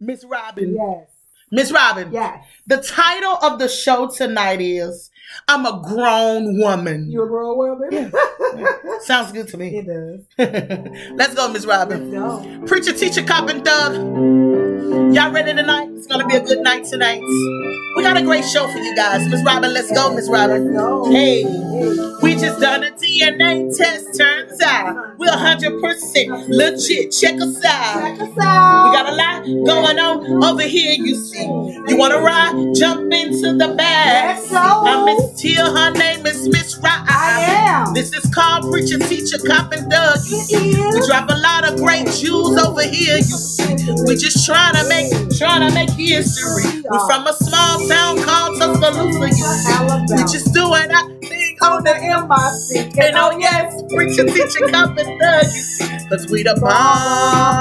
Miss Robin. Yes. Miss Robin, Yes. the title of the show tonight is I'm a Grown Woman. You a grown woman? Sounds good to me. It does. Let's go, Miss Robin. No. Preacher, teacher, cop, and thug. Y'all ready tonight? It's gonna be a good night tonight. We got a great show for you guys. Miss Robin, let's go, Miss Robin. No. Hey, Hey. we just done a DNA test. Turns out we're 100% legit. Check us out. Check We us out. got a lot going on over here, you see. You wanna ride? Jump into the bag. Let's go. I'm Miss Teal, her name is Miss Robin. I am. This is called Preacher, Teacher, Cop, and Doug. You It see, is. we drop a lot of great jewels over here. You see, we just trying to make, trying to make history. We're from a small town called Tuscaloosa. You see, we Alabama. just doing our thing on on the the MIC. and oh yes, preacher, teacher, cop, and thug, you see, cause we the bomb.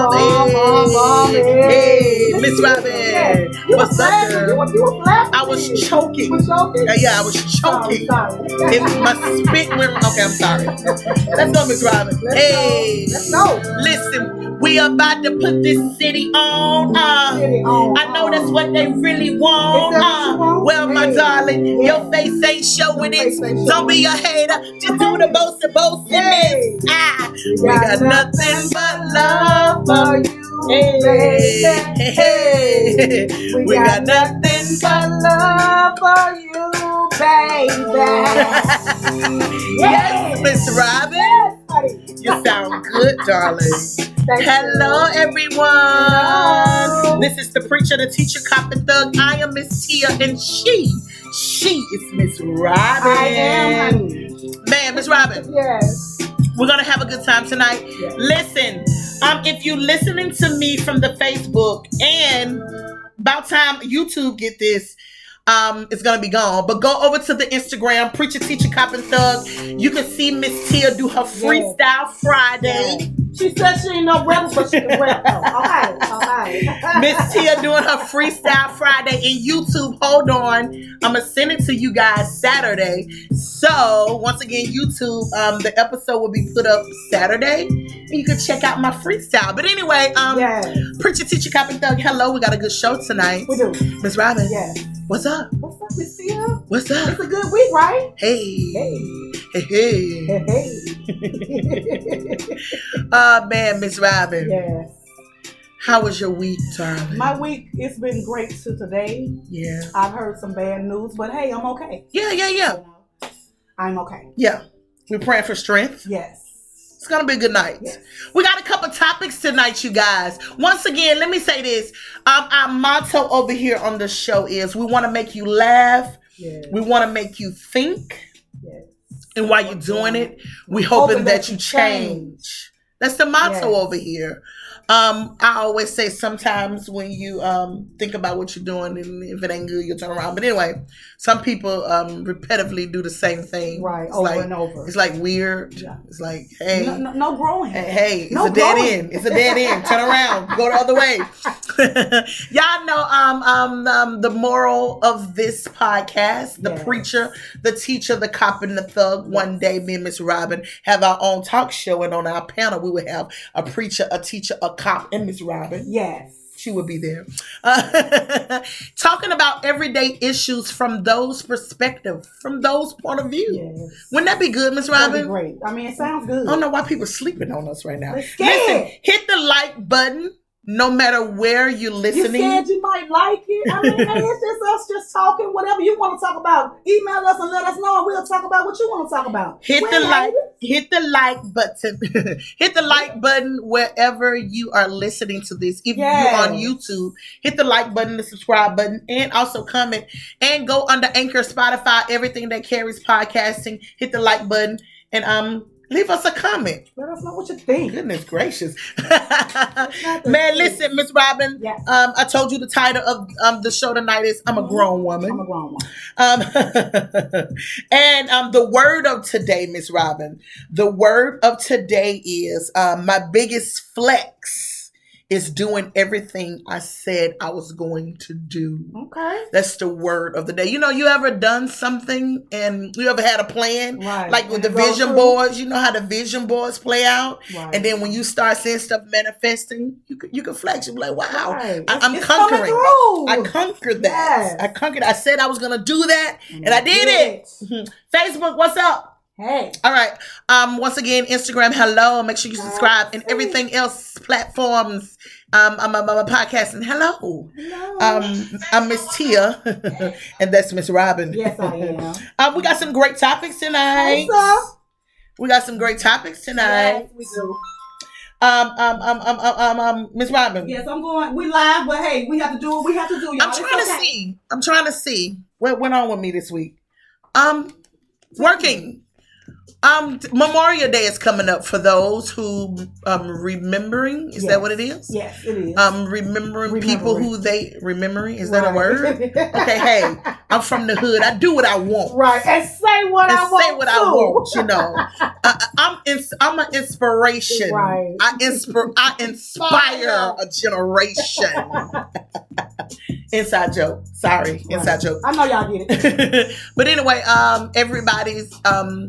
Bomb, bomb, bomb, Hey, yeah. hey, Miss Yeah. Robin, You what's were up, laughing. You girl? were, you were laughing. I was choking. You were choking? Oh, Yeah, yeah, I was choking. Sorry, sorry. It my spit went. Okay, I'm sorry. Let's go, Miss Robin. Let's hey, go. Let's go. listen, we about to put this city on. Uh, Get it on. I know that's what they really want. Is that what you Uh, want? well, my Yeah. darling, Yeah. your face ain't showing Your it. face ain't Don't be a showing hater. Just do the most and most Hey. and ah, We got nothing but love for for you. you, Hey, baby. hey, hey. We, We got, got nothing but but love for you, baby. yes, Miss Robin. Yes, buddy. You sound good, darling. Thank Hello, you. everyone. This is the preacher, the teacher, cop, and thug. I am Miss Tia, and she, she is Miss Robin. I am, honey. Man, Miss Robin, Yes. we're gonna have a good time tonight. Yes. Listen, um, if you listening to me from the Facebook, and about time YouTube get this. Um, it's gonna be gone, but go over to the Instagram, preacher, teacher, cop, and thug. You can see Miss Tia do her freestyle Friday. She said she ain't no rebel, but she can rap though. All right, all right. Miss Tia doing her Freestyle Friday in YouTube. Hold on. I'm going to send it to you guys Saturday. So, once again, YouTube, um, the episode will be put up Saturday. And you can check out my freestyle. But anyway, um, Yes, Preacher, Teacher, Cop, and Thug, hello. We got a good show tonight. we do. Miss Robin, Yes. what's up? What's up, Miss Tia? What's up? It's a good week, right? Hey. Hey, Hey, hey. hey, hey. Oh, man, Miss Robin. yes. How was your week, darling? My week, it's been great to today. yeah. I've heard some bad news, but hey, I'm okay. Yeah, yeah, yeah. You know, I'm okay. Yeah. We're praying for strength. Yes. It's gonna be a good night. Yes. We got a couple topics tonight, you guys. Once again, let me say this. Um, our motto over here on the show is we want to make you laugh, Yes. we want to make you think, yes. and while you're doing it, we hoping, that, you change. That's the motto Yes. over here. Um, I always say sometimes when you um think about what you're doing and if it ain't good, you'll turn around. But anyway, some people um repetitively do the same thing. Right, It's over like and over. it's like weird. Yeah. It's like, hey, no, no, no growing. Hey, hey, it's No a dead going. end. It's a dead end. Turn around. Go the other way. Y'all know um, um um the moral of this podcast, the Yes. preacher, the teacher, the cop, and the thug. One day, me and Miss Robin have our own talk show, and on our panel, we would have a preacher, a teacher, a cop, and Miss Robin Yes. she would be there. Uh, talking about everyday issues from those perspective, from those point of view. Yes. Wouldn't that be good, Miss That'd be Robin? Oh, great. I mean, it sounds good. I don't know why people sleeping on us right now. They're scared. Listen, hit the like button no matter where you're You said listening. you might like it. I mean, hey, it's just us just talking. Whatever you want to talk about, email us and let us know, and we'll talk about what you want to talk about. Hit We the ain't like, hating. hit the like button, hit the like button wherever you are listening to this. If Yes. you're on YouTube, hit the like button, the subscribe button, and also comment and go under Anchor, Spotify, everything that carries podcasting. Hit the like button and um leave us a comment. Let us know what you think. Goodness gracious, Not that man! serious. Listen, Miss Robin, Yeah, Um, I told you the title of um, the show tonight is I'm a Grown I'm Woman. Mm-hmm. a grown one. Um, and um, the word of today, Miss Robin, the word of today is um, my biggest flex is doing everything I said I was going to do. Okay. That's the word of the day. You know, you ever done something and you ever had a plan? Right. Like with the Go vision through. boards, you know how the vision boards play out? Right. And then when you start seeing stuff manifesting, you can, you can flex. You be like, wow, Right. I, I'm It's coming conquering. through. I conquered that. Yes. Mm-hmm. I conquered. I said I was going to do that, and I did it. Facebook, what's up? Hey. All right. Um, once again, Instagram, hello. Make sure you subscribe and Yes. everything else platforms. Um, I'm a, podcast and hello. Hello. Um, I'm Miss Tia, and that's Miss Robin. yes, I am. Um, we got some great topics tonight. What's up? We got some great topics tonight. Yes, we do. Um, um, um, um, um, um, um, Miss Robin. Yes, I'm going. We live, but hey, we have to do what we have to do. Y'all. I'm It's trying to okay. see. I'm trying to see what went on with me this week. Um, working. Um, t- Memorial Day is coming up for those who um remembering. Is that Yes. what it is? Yes, it is. Um, remembering, people Remembering. who they remembering. Is that a Right. word? Okay, hey, I'm from the hood. I do what I want. right, and say what And I want. say what I too. want, you know. I, I- I'm ins- I'm an inspiration. Right. I inspire I inspire a generation. Inside joke. Sorry, inside joke. I know y'all get it. but anyway, um, everybody's um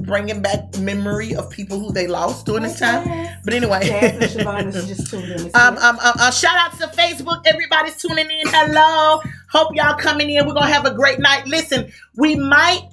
bringing back memory of people who they lost during this time. Yes. But anyway, Jasmine Shavon is just tuned in. um, um, uh, uh, shout out to Facebook. Everybody's tuning in. Hello. Hope y'all coming in. We're gonna have a great night. Listen, we might.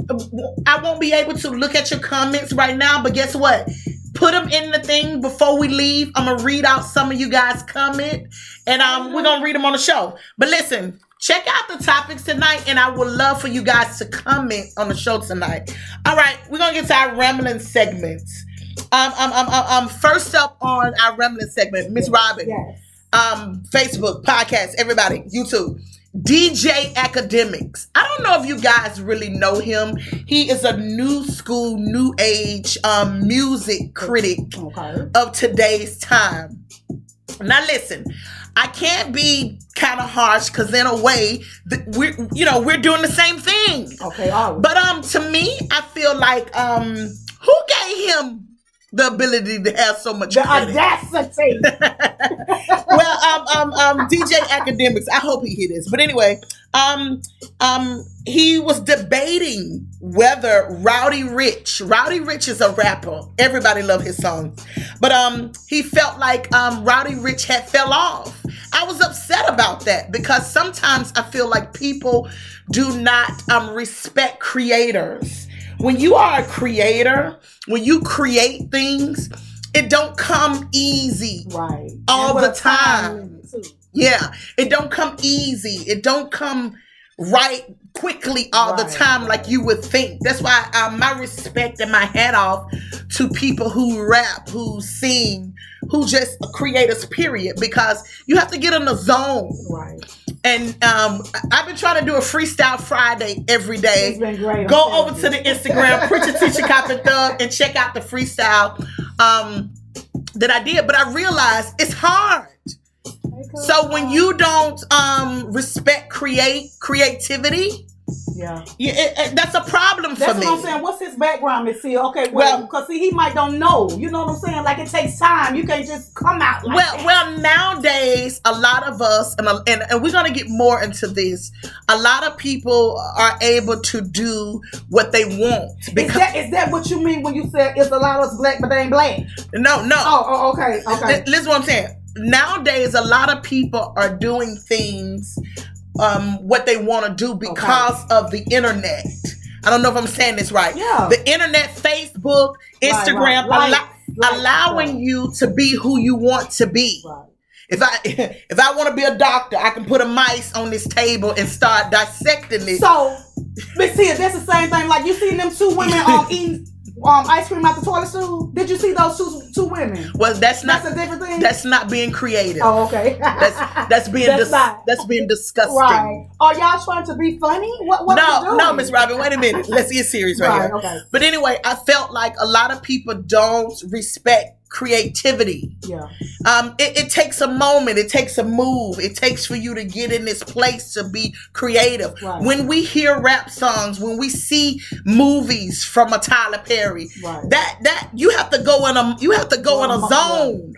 I won't be able to look at your comments right now, but guess what? Put them in the thing before we leave. I'm gonna read out some of you guys' comment, and um, we're gonna read them on the show. But listen. Check out the topics tonight, and I would love for you guys to comment on the show tonight. All right, we're gonna get to our rambling segments. Um, um, um, um, um, first up on our rambling segment, Miss Robin Yes. um, Facebook, podcast, everybody, YouTube. DJ Academics. I don't know if you guys really know him. He is a new school, new age um, music critic Okay. of today's time. Now listen, I can't be kind of harsh because in a way, th- we're you know we're doing the same thing. Okay. All right. But um, to me, I feel like um, who gave him the ability to have so much the credit? audacity. well, um, um, um, DJ Academics. I hope he hear this. But anyway, um, um, he was debating whether Rowdy Rich. Rowdy Rich is a rapper. Everybody love his songs, but um, he felt like um, Rowdy Rich had fell off. I was upset about that because sometimes I feel like people do not um, respect creators. When you are a creator, when you create things, it don't come easy. right. All And the with a limit, too. Yeah, it don't come easy. It don't come right quickly all the Right, time right. like you would think. That's why um, my respect and my hat off to people who rap, who sing, who just creators. Period. Because you have to get in the zone. Right. And um, I- I've been trying to do a freestyle Friday every day It's been great. I'm go telling over you. to the Instagram, Preacher Teacher Cop and Thug, and check out the freestyle um, that I did. But I realized it's hard. So when you don't um, respect create creativity, yeah, yeah, it, it- that's a problem that's for what me. I'm saying. What's his background, Miss Hill? Okay, well, Well- because see, he might don't know. You know what I'm saying? Like it takes time. You can't just come out. Like well, that. well, nowadays a lot of us, and, and and we're gonna get more into this. A lot of people are able to do what they want Is because that is that what you mean when you said it's a lot of us black, but they ain't black? no, no, Oh, oh okay, okay. Li- Listen to what I'm saying. Nowadays, a lot of people are doing things um, what they want to do because of the internet. I don't know if I'm saying this right. Yeah. The internet, Facebook, Right, right. Instagram, Likes, allo- likes, allowing right. you to be who you want to be. Right. If I if I want to be a doctor, I can put a mice on this table and start dissecting it. So, Miss Hill, that's the same thing. Like you seen them two women um, eating um, ice cream out the toilet stool. Did you see those two two women? well, that's not That's a different thing. that's not being creative. oh, okay. That's that's being That's dis- not. that's being disgusting. right. Are y'all trying to be funny? What? what are you no, doing? no, Miss Robin, wait a minute. Let's get serious right, Right. here. Okay. But anyway, I felt like a lot of people don't respect creativity. Yeah. Um, it, it takes a moment, it takes a move, it takes for you to get in this place to be creative. Right. When we hear rap songs, when we see movies from a Tyler Perry, Right. that that you have to go in a you have to go in a Right. zone.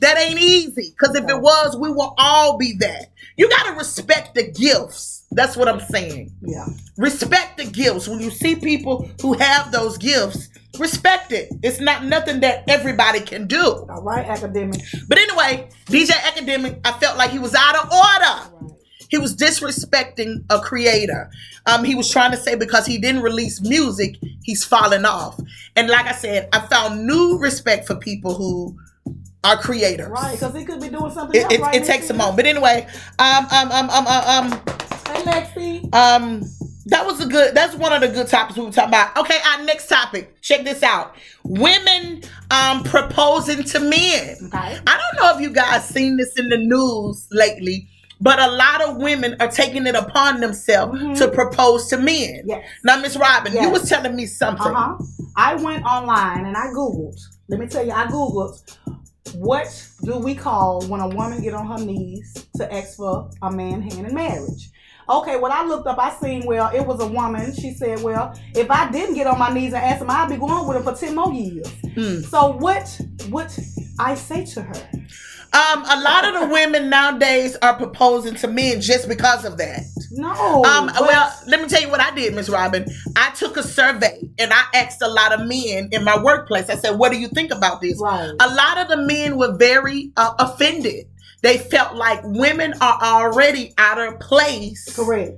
That ain't easy. Because if it was, we will all be that. You got to respect the gifts. That's what I'm saying. Yeah. Respect the gifts. When you see people who have those gifts, respect it. It's not nothing that everybody can do. All right, academic. But anyway, DJ Academic, I felt like he was out of order. All right. He was disrespecting a creator. Um, he was trying to say because he didn't release music, he's falling off. And like I said, I found new respect for people who are creators. Right, because he could be doing something It, else it, right it next takes a year. moment. But anyway, um, um, um, um, um, um, Hey, Lexi. um, that was a good. That's one of the good topics we were talking about. Okay, our next topic. Check this out: women um proposing to men. Okay. I don't know if you guys seen this in the news lately, but a lot of women are taking it upon themselves Mhm. to propose to men. Yes. Now, Miss Robin, you Yes. was telling me something. Uh huh. I went online and I googled. Let me tell you, I googled what do we call when a woman get on her knees to ask for a man hand in marriage. Okay, what I looked up, I seen well, it was a woman. She said, "Well, if I didn't get on my knees and ask him, I'd be going with him for ten more years." Mm. So what? What I say to her? Um, a lot of the women nowadays are proposing to men just because of that. No. Um, Oh, what- well, let me tell you what I did, Miss Robin. I took a survey and I asked a lot of men in my workplace. I said, "What do you think about this?" right. a lot of the men were very uh, offended. They felt like women are already out of place. Correct.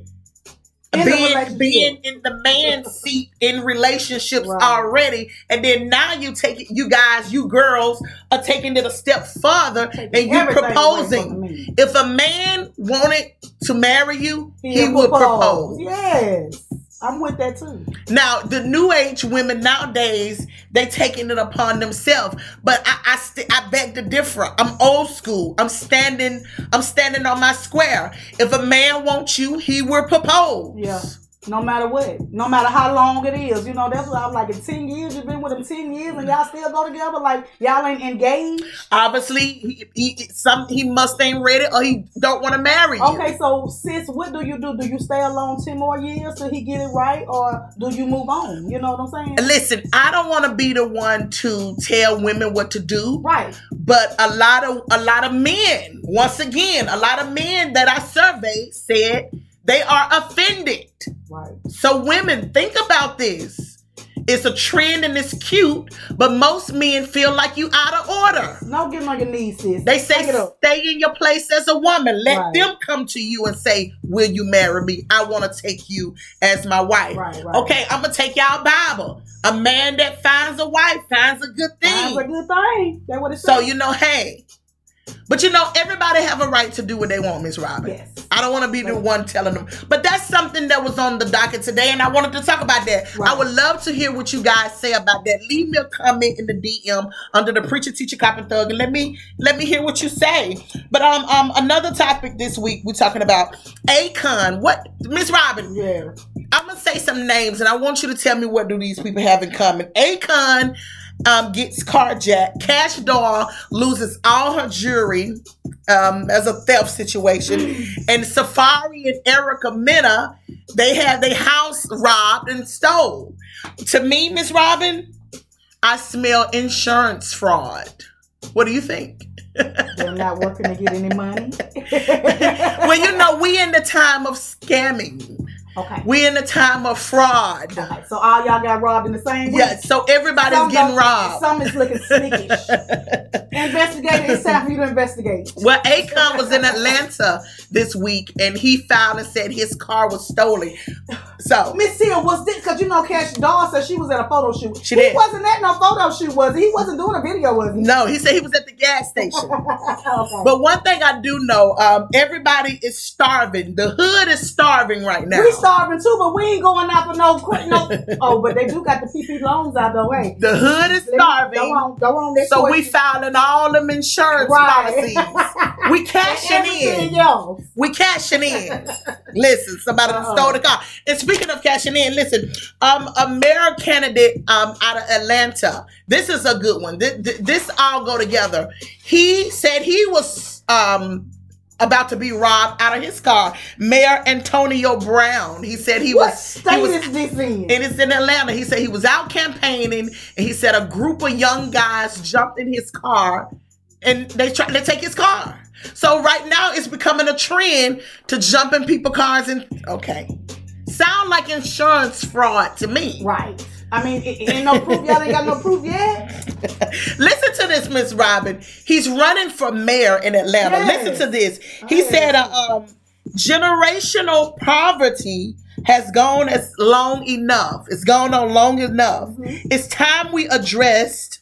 In a Being, relationship. being in the man's seat in relationships Right. already, and then now you take it, you guys, you girls are taking it a step further, and you Everything away from proposing. the man. If a man wanted to marry you, he, He'll would propose. Yes, I'm with that too. Now, the new age women nowadays, they taking it upon themselves. But I, I, st- I beg to differ. I'm old school. I'm standing. I'm standing on my square. If a man wants you, he will propose. Yeah. No matter what, no matter how long it is, you know that's what I'm like. In ten years, you've been with him ten years, and y'all still go together. Like y'all ain't engaged. Obviously, he, he some he must ain't ready or he don't want to marry you. Okay, so sis, what do you do? Do you stay alone ten more years till he get it right, or do you move on? You know what I'm saying? Listen, I don't want to be the one to tell women what to do. Right. but a lot of a lot of men once again a lot of men that i surveyed said they are offended Right. so women think about this it's a trend and it's cute but most men feel like you out of order No getting on your knees, sis. they say Take it up. stay in your place as a woman let Right. them come to you and say will you marry me i want to take you as my wife Right. Right. okay i'm gonna take y'all bible a man that finds a wife finds a good thing That's a good thing. That what it so says. you know, hey. But you know, everybody have a right to do what they want, Miss Robin. Yes. I don't want to be the one telling them. But that's something that was on the docket today, and I wanted to talk about that. Right. I would love to hear what you guys say about that. Leave me a comment in the DM under the preacher, teacher, cop, and thug, and let me let me hear what you say. But um, um, another topic this week we're talking about Akon. What, Miss Robin? Yeah. I'm gonna say some names, and I want you to tell me what do these people have in common. Akon um, gets carjacked. Cash Doll loses all her jewelry um, as a theft situation, and Safari and Erica Mena they had their house robbed and stole. To me, Miss Robin, I smell insurance fraud. What do you think? They're not working to get any money. Well, you know, we in the time of scamming. Okay. We in the time of fraud. Okay, so all y'all got robbed in the same week. Yeah, so everybody's Some getting don't- robbed. Some is looking sneakish. investigate. It's time for you to investigate. Well, Akon was in Atlanta this week and he filed and said his car was stolen. So Miss Seal was this because you know Cash Doll said she was at a photo shoot. She he did. wasn't at no photo shoot, was he? He wasn't doing a video, was he? no, he said he was at the gas station. okay. But one thing I do know, um, everybody is starving. The hood is starving right now. we starving too, but we ain't going out for no quick no. oh, but they do got the PP loans out the way. The hood is Go starving. on, go on. That's So what we you- filing all them insurance Right. policies. We cashing everything in. else. We cashing in. Listen, somebody done Uh-uh. stole the car. And speaking of cashing in, listen, um, a mayor candidate um out of Atlanta. This is a good one. Th- th- this all go together. He said he was um about to be robbed out of his car. Mayor Antonio Brown. He said he what was. state he was is this in? and it's in Atlanta. He said he was out campaigning, and he said a group of young guys jumped in his car and they try to take his car. So right now it's becoming a trend to jump in people cars and okay. Sound like insurance fraud to me. Right. I mean, it, it ain't no proof. Y'all ain't got no proof yet. Listen to this, Miss Robin. He's running for mayor in Atlanta. Yes. Listen to this. He Yes. said, uh, um, generational poverty has gone as long enough. It's gone on long enough. Mhm. It's time we addressed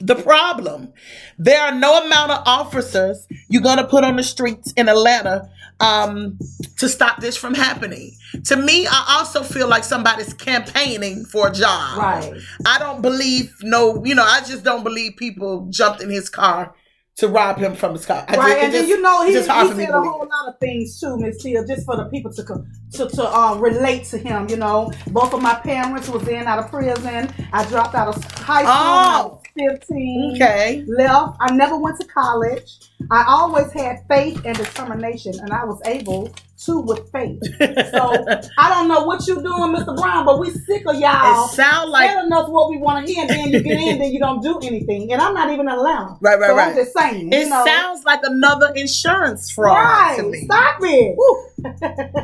the problem. There are no amount of officers you're going to put on the streets in Atlanta um, to stop this from happening. To me, I also feel like somebody's campaigning for a job. Right. I don't believe no, you know, I just don't believe people jumped in his car to rob him from his car. I right, just- it and then just- you know he, he it's just hard for me said to a believe. whole lot of things too, Miss Tia, just for the people to co- to to um, relate to him. You know, both of my parents was in out of prison. I dropped out of high school. when I was Fifteen. Oh. Okay. Left. I never went to college. I always had faith and determination, and I was able to with faith. So I don't know what you doing, Mr. Brown, but we sick of y'all it sound like telling us what we want to hear, and then you get in, then you don't do anything. And I'm not even allowed. right, right, so right. I'm just saying. it you know. sounds like another insurance fraud Right. to me. Stop it. Woo.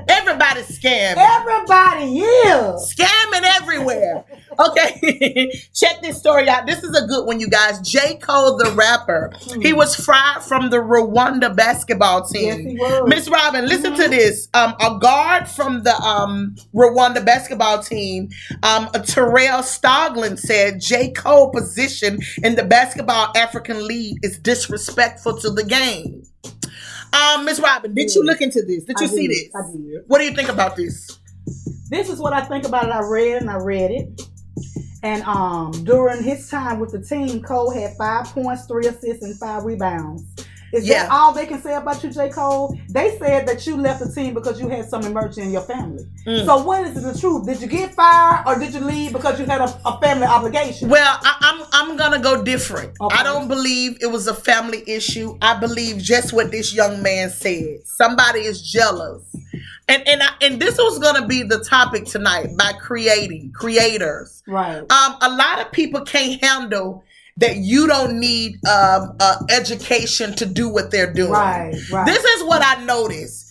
Everybody's scamming. Everybody, yeah. Scamming everywhere. Okay, check this story out. This is a good one, you guys. J. Cole, the rapper, he was fried from the Rwanda basketball Hmm. Yes, team. he was. Hmm. Miss Robin, listen to this. Um, a guard from the um, Rwanda basketball team, um, Terrell Stoglin said J. Cole position in the Basketball African League is disrespectful to the game. Um, Miss Robin, did you look into this? Did you I see did, this? I did. What do you think about this? This is what I think about it. I read and I read it. And um, during his time with the team, Cole had five points, three assists, and five rebounds. Is Yeah. that all they can say about you, J. Cole? They said that you left the team because you had some emergency in your family. Mm. So what is the truth? Did you get fired or did you leave because you had a, a family obligation? Well, I, I'm I'm gonna go different. Okay. I don't believe it was a family issue. I believe just what this young man said. Somebody is jealous, and and I, and this was gonna be the topic tonight by creating creators. right. Um, a lot of people can't handle that you don't need um uh, education to do what they're doing. Right, right. This is what I noticed.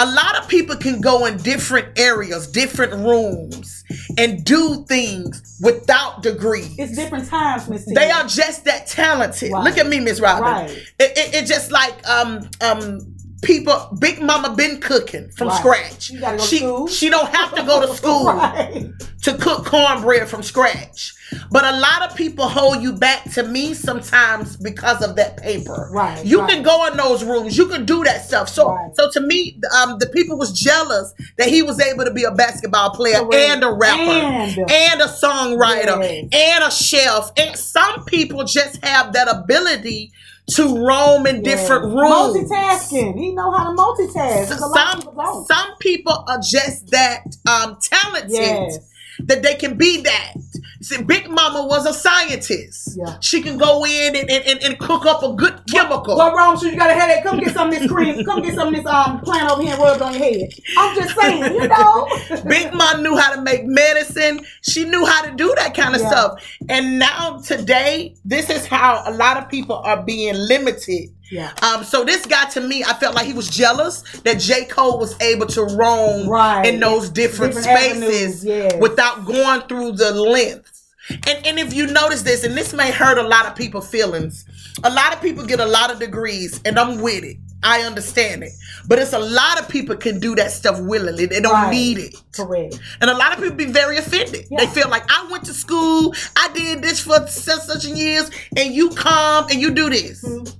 A lot of people can go in different areas, different rooms, and do things without degrees. it's different times, Miss T. They are just that talented. Right. Look at me, Miss Robin. Right. It, it, it just like um um people. Big Mama been cooking from Right. scratch. You gotta go to she school. she don't have to go to school Right. to cook cornbread from scratch. But a lot of people hold you back to me sometimes because of that paper. Right, You right. can go in those rooms. You can do that stuff. So Right. so to me, um, the people was jealous that he was able to be a basketball player Correct. and a rapper And- and a songwriter Yes. and a chef. And some people just have that ability to roam in different Yes. rooms. Multitasking. He know how to multitask. There's a lot of people Some don't. some people are just that um, talented Yes. that they can be that. See, Big Mama was a scientist. Yeah. She can go in and, and, and, and cook up a good chemical. What wrong with you? You got a headache? Come get some of this cream. Come get some of this um plant over here and rubbed on your head. I'm just saying, you know. Big Mom knew how to make medicine. She knew how to do that kind of Yeah. stuff. And now today, this is how a lot of people are being limited. Yeah. Um, so this guy to me, I felt like he was jealous that J. Cole was able to roam Right. in those different, Different spaces avenues, yes. without going through the length. And, and if you notice this, and this may hurt a lot of people's feelings, a lot of people get a lot of degrees, and I'm with it. I understand it. But it's a lot of people can do that stuff willingly. They don't Right. need it. Correct. And a lot of people be very offended. They Yeah. feel like I went to school, I did this for such such and years, and you come and you do this. Mm-hmm.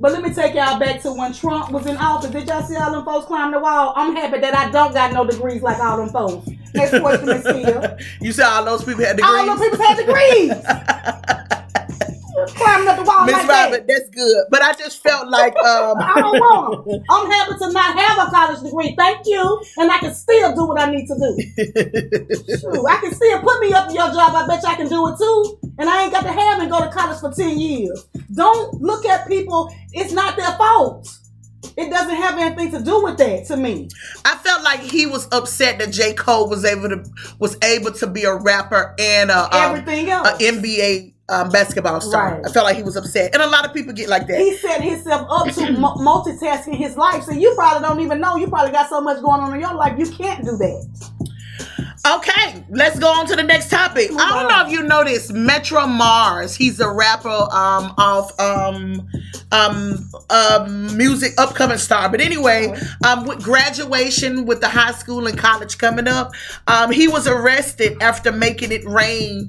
But let me take y'all back to when Trump was in office. Did y'all see all them folks climb the wall? I'm happy that I don't got no degrees like all them folks. Next question, Miss Tia. You said all those people had All them degrees. people had degrees. Climbing up the wall Miss like that. Robert, that's good. But I just felt like I um don't want 'em. I'm happy to not have a college degree. Thank you. And I can still do what I need to do. Shoot, I can still put me up in your job. I bet you I can do it too. And I ain't got to have and go to college for 10 years. Don't look at people. It's not their fault. It doesn't have anything to do with that to me. I felt like he was upset that J. Cole was able to was able to be a rapper and a um, Everything else. a NBA um, basketball star. Right. I felt like he was upset, and a lot of people get like that. He set himself up to mu- multitasking his life, so you probably don't even know. You probably got so much going on in your life, you can't do that. Okay, let's go on to the next topic. I don't know if you know this, Metro Mars. He's a rapper um, off um, um, um, music upcoming star. But anyway, um, with graduation with the high school and college coming up, um, he was arrested after making it rain.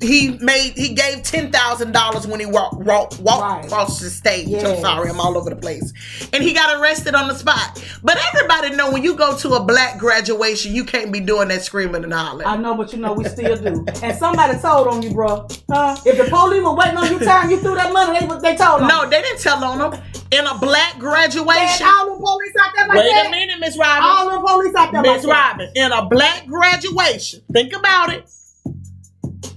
He made he gave ten thousand dollars when he walked walked walked Right. across the stage. I'm Yes. sorry, I'm all over the place. And he got arrested on the spot. But everybody know when you go to a black graduation, you can't be doing that screaming and hollering. I know, but you know we still do. And somebody told on you, bro. Huh? If the police were waiting on you time, you threw that money. They they told on. you. no, they didn't tell on him. In a black And graduation. all the police out there like Wait that. a minute, Miss Robin. All the police out there Miss like that. Robin, in a black graduation, think about it.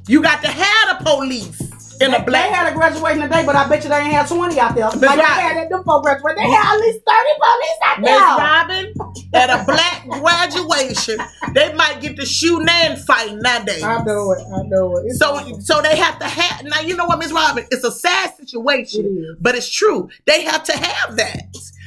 You got to have the police in a They black. had a graduating today, but I bet you they ain't had 20 out there. like right. I had at them folk graduate. They had at least 30 police out Miss there. Robin, at a black graduation, they might get to shooting and fighting that day. I know it. I know it. It's So, awful. so they have to have. Now, you know what, Miss Robin? It's a sad situation, It is. but it's true. They have to have that.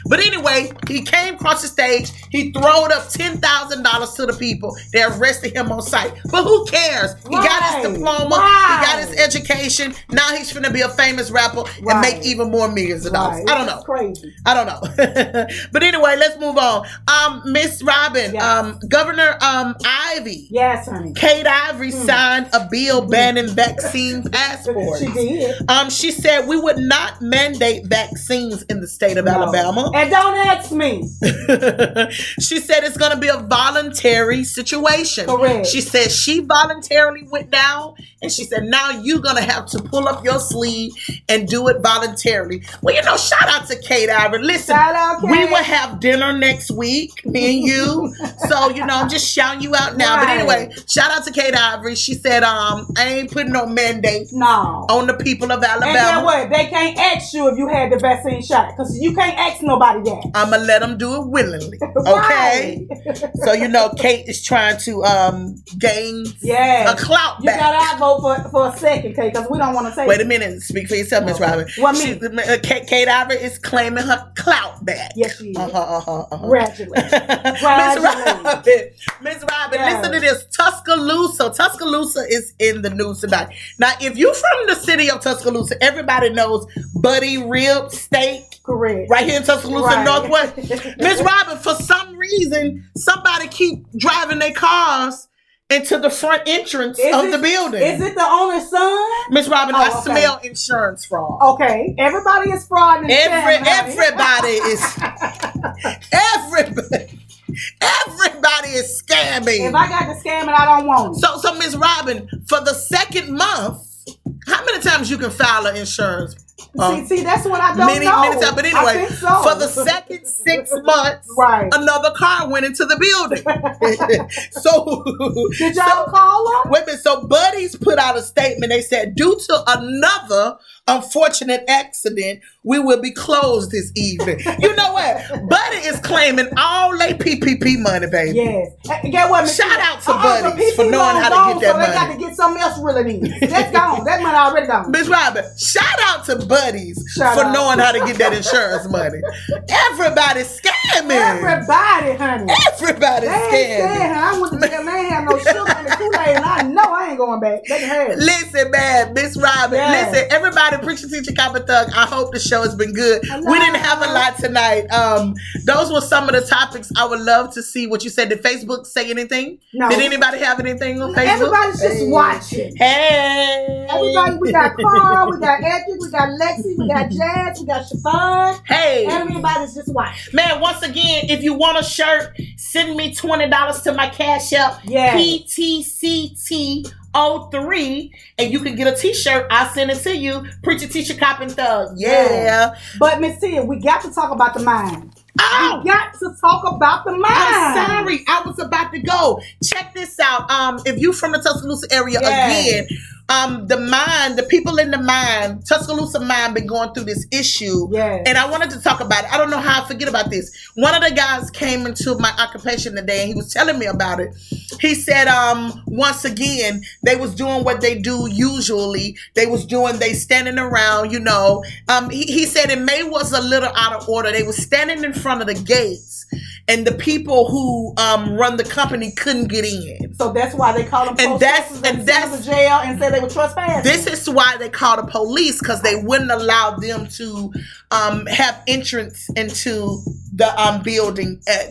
But anyway, he came across the stage. He throwed up ten thousand dollars to the people. They arrested him on site. But who cares? He got his Right. diploma. He got his Right. education. Now he's finna be a famous rapper and Right. make even more millions of dollars. Right. I don't It's know. crazy. I don't know. but anyway, let's move on. Um, Miss Robin, Yes. um, Governor um Ivy. Yes, honey. Kate Ivory Hmm. signed a bill banning vaccine passports. She did. Um, she said we would not mandate vaccines in the state of No. Alabama. And don't ask me. she said it's going to be a voluntary situation. Correct. She said she voluntarily went down, and she said now you're going to have to pull up your sleeve and do it voluntarily. Well, you know, shout out to Kate Ivory. Listen, Shout out, Kate. we will have dinner next week, me and you. so you know, I'm just shouting you out now. But Right. anyway, shout out to Kate Ivory. She said, "Um, I ain't putting no mandate No. on the people of and then Alabama. what? They can't ask you if you had the vaccine shot because you can't ask nobody that. I'ma let them do it willingly." Okay. Right. so you know, Kate is trying to um gain Yeah. a clout You back. got to vote for, for a second, Kate, because we don't want to take Wait a minute. Speak for yourself, Miss No. Robin. What She- uh, Kate, Kate Ivory is claiming her clout back. Yes, she is. Uh-huh, uh-huh, uh-huh. Congratulations. Miss Congratulations. Robin, Miss Robin, Yes. listen to this. Tuscaloosa, Tuscaloosa is in the news tonight. Now, if you from the city of Tuscaloosa, everybody knows Buddy Rib Steak Correct. right here in Tuscaloosa Right. Northwest. Miss Robin, for some reason, somebody keep driving their cars into the front entrance Is of it- the building. Is it the owner's son? Miss Robin, Oh, I okay. Oh, smell insurance fraud. Okay, everybody is fraud and Every everybody is everybody everybody is scamming. If I got the scam and I don't want it, so so Miss Robin, for the second month, how many times you can file an insurance? uh, see, see, that's what I don't many know. many times, but I anyway, think so. for the second six months, right? another car went into the building. so Did y'all call him? Wait a minute. So buddies put out a statement. They said, due to another unfortunate accident, we will be closed this evening. you know what? Buddy is claiming all they PPP money, baby. Yes. And Get what? Miss Shout Tina? out to Uh-uh, the Buddies for PT knowing how to loan's get gone, that so They got to get something else really needs. That's gone. that money already gone. Miss Robin, shout out to buddies Shout for out. knowing how to get that insurance money. Everybody's scamming. Everybody, honey. Everybody's They ain't scamming. scared, honey. I went to jail. They ain't have no sugar in the Kool-Aid, and I know I ain't going back. They can have it. Listen, man, Miss Robin. Yes. Listen, everybody, preacher, teacher, cop, and thug. I hope the show has been good. Hello. We didn't have a lot tonight. Um, those were some of the topics. I would love to see what you said. Did Facebook say anything? No. Did anybody have anything on Facebook? Everybody's just Hey. watching. Hey, Everybody, we got Carl, we got Epic, we got Lexi, we got Jazz, we got Siobhan. Hey, Everybody's just watching. man! Once again, if you want a shirt, send me twenty dollars to my cash app. Yeah. PTCT03, and you can get a T-shirt. I'll send it to you. Preacher, teacher, cop, and thug. Yeah. Yeah. But Miss Tia, we got to talk about the mind. Oh, We got to talk about the mind. I'm sorry. I was about to go. Check this out. Um, if you from the Tuscaloosa area Yes. again, um, the mind, the people in the mind, Tuscaloosa mind, been going through this issue. Yes. And I wanted to talk about it. I don't know how I forget about this. One of the guys came into my occupation today and he was telling me about it. He said, um, once again, they was doing what they do usually. They was doing, they standing around, you know. Um, he, he said, and May was a little out of order. They was standing in front of the gates and the people who um, run the company couldn't get in. So that's why they call them. And that's- protesters and sent them that's- to jail and said they were trespassing. This is why they call the police because they wouldn't allow them to um, have entrance into the um, building at,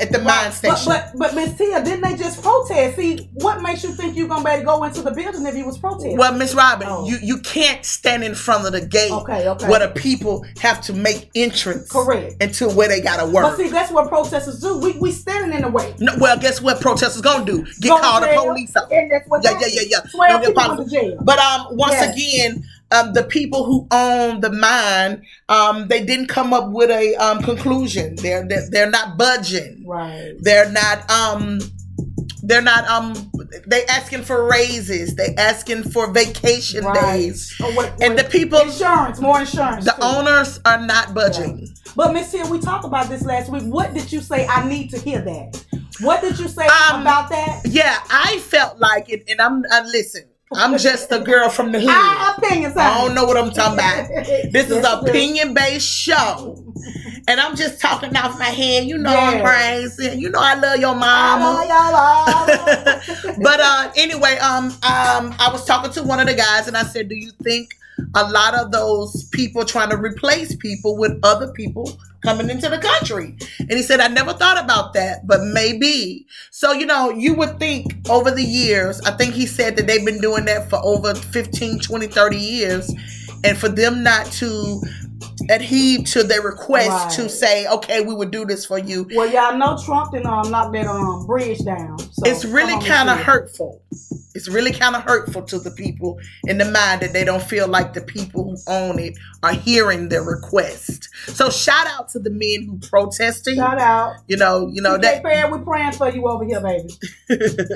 at the mine But station. but but Miss Tia, didn't they just protest? See, what makes you think you're gonna be able to go into the building if you was protesting? well, Miss Robin, Oh. you, you can't stand in front of the gate Okay, okay. where the people have to make entrance Correct. into where they gotta But work. see, that's what protesters do. We we standing in the way. No, well, guess what? Protesters gonna do get Go to called the jail, police on. And that's what Yeah, happened. yeah, yeah, yeah. Twelve Don't get people went to jail. But um, once Yes. again, um, the people who own the mine, um, they didn't come up with a um, conclusion. They're, they're they're not budging. Right. They're not um, they're not um, they asking for raises. They asking for vacation Right. days, Oh, what, and the what- people, insurance, more insurance. the too. owners are not budging. But Miss Tia, we talked about this last week. What did you say? I need to hear that. What did you say Um, about that? Yeah, I felt like it, and I'm uh, listen. I'm just a girl from the hood. Our opinions. I don't know what I'm talking about. This is Yes, an it is. opinion based show. And I'm just talking off my head. You know I'm Yes. crazy. You know I love your mama. Mama. but uh anyway, um um I was talking to one of the guys and I said, Do you think a lot of those people trying to replace people with other people coming into the country? And he said, I never thought about that, but maybe. So, you know, you would think over the years, I think he said that they've been doing that for over 15, 20, 30 years. And for them not to adhere to their request Right. to say, okay, we would do this for you, well, y'all know Trump did um, knock that um, bridge down. So um, it's really come on, Miss kind of Tia. hurtful. It's really kind of hurtful to the people in the mind that they don't feel like the people who own it are hearing their request. So shout out to the men who protesting. Shout out. You know, you know No, that Fair, we're praying for you over here, baby.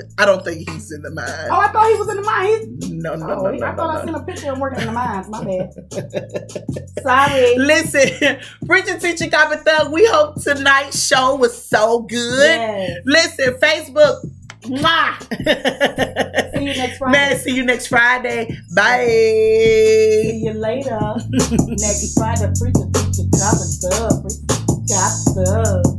I don't think he's in the Oh, mind. I thought he was in the mine. He's, No, no, oh, no, no, I no, thought I no. seen a picture of him working in the mines. My bad. Sorry. Listen, preaching, teaching, copy thug. We hope tonight's show was so good. Yes. Listen, Facebook. Mwah. See you next Mm-hmm. Friday. Man, see you next Friday. See Bye. you later. next Friday, preacher, teacher, cop and thug. Preacher, cop, thug.